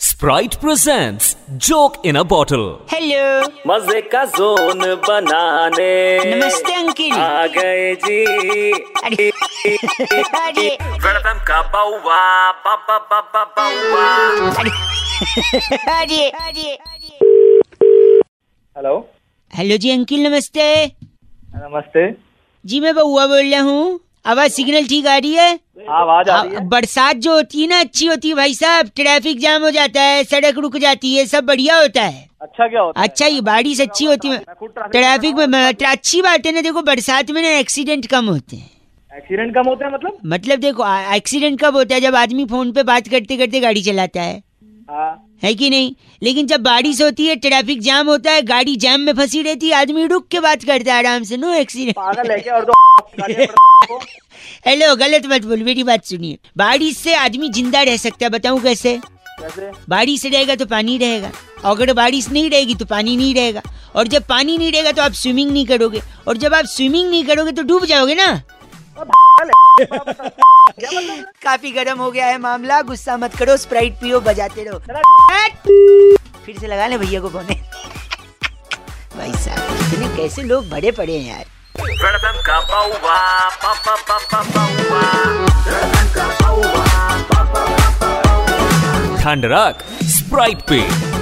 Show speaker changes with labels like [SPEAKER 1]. [SPEAKER 1] Sprite presents Joke in a Bottle.
[SPEAKER 2] Hello
[SPEAKER 3] मजे का zone बनाने
[SPEAKER 2] नमस्ते अंकिल
[SPEAKER 3] आ गए जी
[SPEAKER 2] अरे अरे
[SPEAKER 3] वेलकम का बाउवा बाबा बाबा बाउवा
[SPEAKER 2] अरे अरे
[SPEAKER 4] हेलो
[SPEAKER 2] हेलो जी अंकिल नमस्ते
[SPEAKER 4] नमस्ते
[SPEAKER 2] जी मैं बउआ बोल रहा हूँ आवाज सिग्नल ठीक आ रही है
[SPEAKER 4] आवाज आ रही
[SPEAKER 2] आ-
[SPEAKER 4] है
[SPEAKER 2] बरसात जो होती है ना अच्छी होती है भाई साहब ट्रैफिक जाम हो जाता है सड़क रुक जाती है सब बढ़िया होता है
[SPEAKER 4] अच्छा क्या होता
[SPEAKER 2] अच्छा ये बारिश अच्छी होती है
[SPEAKER 4] मैं खुद traffic में
[SPEAKER 2] ट्रैफिक में मैं- अच्छी बात है ना देखो बरसात में ना एक्सीडेंट कम होते हैं
[SPEAKER 4] है एक्सीडेंट कम होता है मतलब
[SPEAKER 2] मतलब देखो आ- एक्सीडेंट कब होता है जब आदमी फोन पे बात करते करते गाड़ी चलाता है
[SPEAKER 4] हाँ
[SPEAKER 2] है कि नहीं लेकिन जब बारिश होती है ट्रैफिक जाम होता है गाड़ी जाम में फंसी रहती है आदमी रुक के बात करता है आराम से नो एक्सीडेंट
[SPEAKER 4] पागल है क्या और दो गालियाँ पड़ो।
[SPEAKER 2] हेलो गलत मत बोल मेरी बात सुनिए बारिश से आदमी जिंदा रह सकता है बताऊं कैसे
[SPEAKER 4] कैसे
[SPEAKER 2] बारिश रहेगा तो पानी रहेगा और अगर बारिश नहीं रहेगी तो पानी नहीं रहेगा और जब पानी नहीं रहेगा तो आप स्विमिंग नहीं करोगे और जब आप स्विमिंग नहीं करोगे तो डूब जाओगे ना काफी गर्म हो गया है मामला गुस्सा मत करो स्प्राइट पियो बजाते रहो फिर से लगा ले भैया को फोन भाई साहब इतने कैसे लोग बड़े पड़े हैं यार
[SPEAKER 3] वेलकम का बाउवा बाबा बाबा बाउवा
[SPEAKER 1] ठंड रख Sprite पे